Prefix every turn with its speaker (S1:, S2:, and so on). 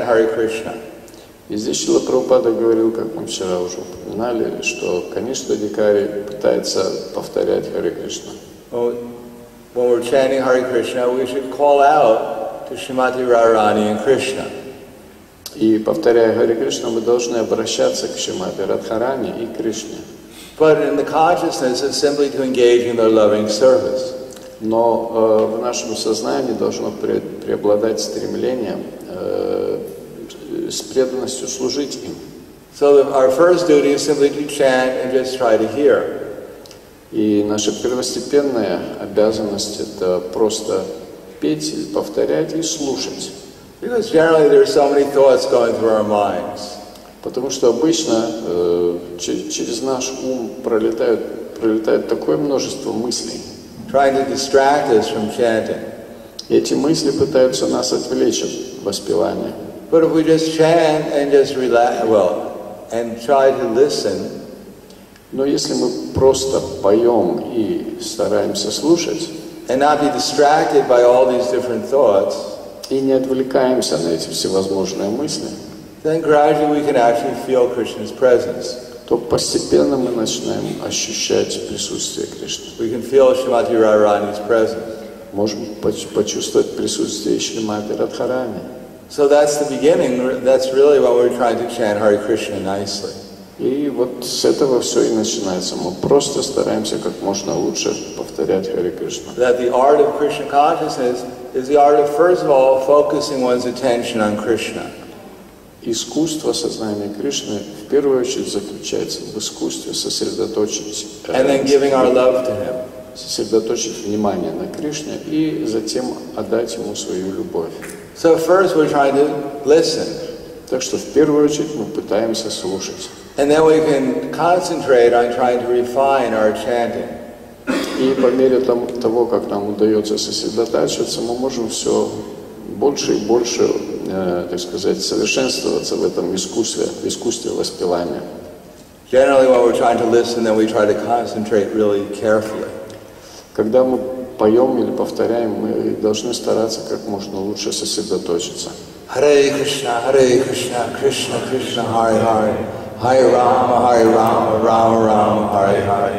S1: Hare Krishna.
S2: И здесь Шила Прабхупада говорил, как мы вчера уже упоминали, что, конечно, дикари пытается повторять Харе Кришна.
S1: When when we're chanting Hare Krishna, we should call out to Shrimati Radharani and Krishna.
S2: И повторяя Харе Кришна, мы должны обращаться к Шимате Радхарани и Кришне.
S1: But in the consciousness, it's simply to engage in their loving service.
S2: Но э, в нашем сознании должно пре- преобладать стремление э, с преданностью служить им.
S1: So that our first duty is simply to chant and just try to hear.
S2: И наша первостепенная обязанность – это просто петь, и повторять и слушать.
S1: Because generally, there are so many thoughts going through our minds.
S2: Потому что обычно э, че- через наш ум пролетают, пролетает такое множество мыслей.
S1: Trying to distract us from chanting.
S2: И эти мысли пытаются нас отвлечь от воспевания.
S1: But if we just chant and just relax, well, and try to listen,
S2: Но если мы просто поем и стараемся слушать,
S1: and not be distracted by all these different thoughts,
S2: и не отвлекаемся на эти всевозможные мысли,
S1: then gradually we can actually feel Krishna's presence.
S2: то постепенно мы начинаем ощущать присутствие Кришны.
S1: We can feel Shrimati Radharani's presence.
S2: Можем поч- почувствовать присутствие Шримати Радхарани.
S1: So that's the beginning, that's really what we're trying to chant Hare Krishna nicely.
S2: И вот с этого все и начинается. Мы просто стараемся как можно лучше повторять Харе Кришна.
S1: That the art of Krishna consciousness is the art of, first of all, focusing one's attention on Krishna.
S2: Искусство сознания Кришны в первую очередь заключается в искусстве сосредоточить, э,
S1: And then giving our love to Him.
S2: сосредоточить внимание на Кришне и затем отдать ему свою любовь.
S1: So first we're trying to listen.
S2: Так что в первую очередь мы пытаемся слушать.
S1: And then we can concentrate on trying to refine our chanting.
S2: И по мере там- того, как нам удается сосредотачиваться, мы можем все больше и больше, э, так сказать, совершенствоваться в этом искусстве, в искусстве воспевания.
S1: Generally when we're trying to listen, then we try to concentrate really carefully.
S2: Когда мы поем или повторяем, мы должны стараться как можно лучше сосредоточиться.
S1: Hare Krishna, Hare Krishna, Krishna Krishna, Hare Hare, Hare Rama, Hare Rama, Rama Rama, Hare Hare.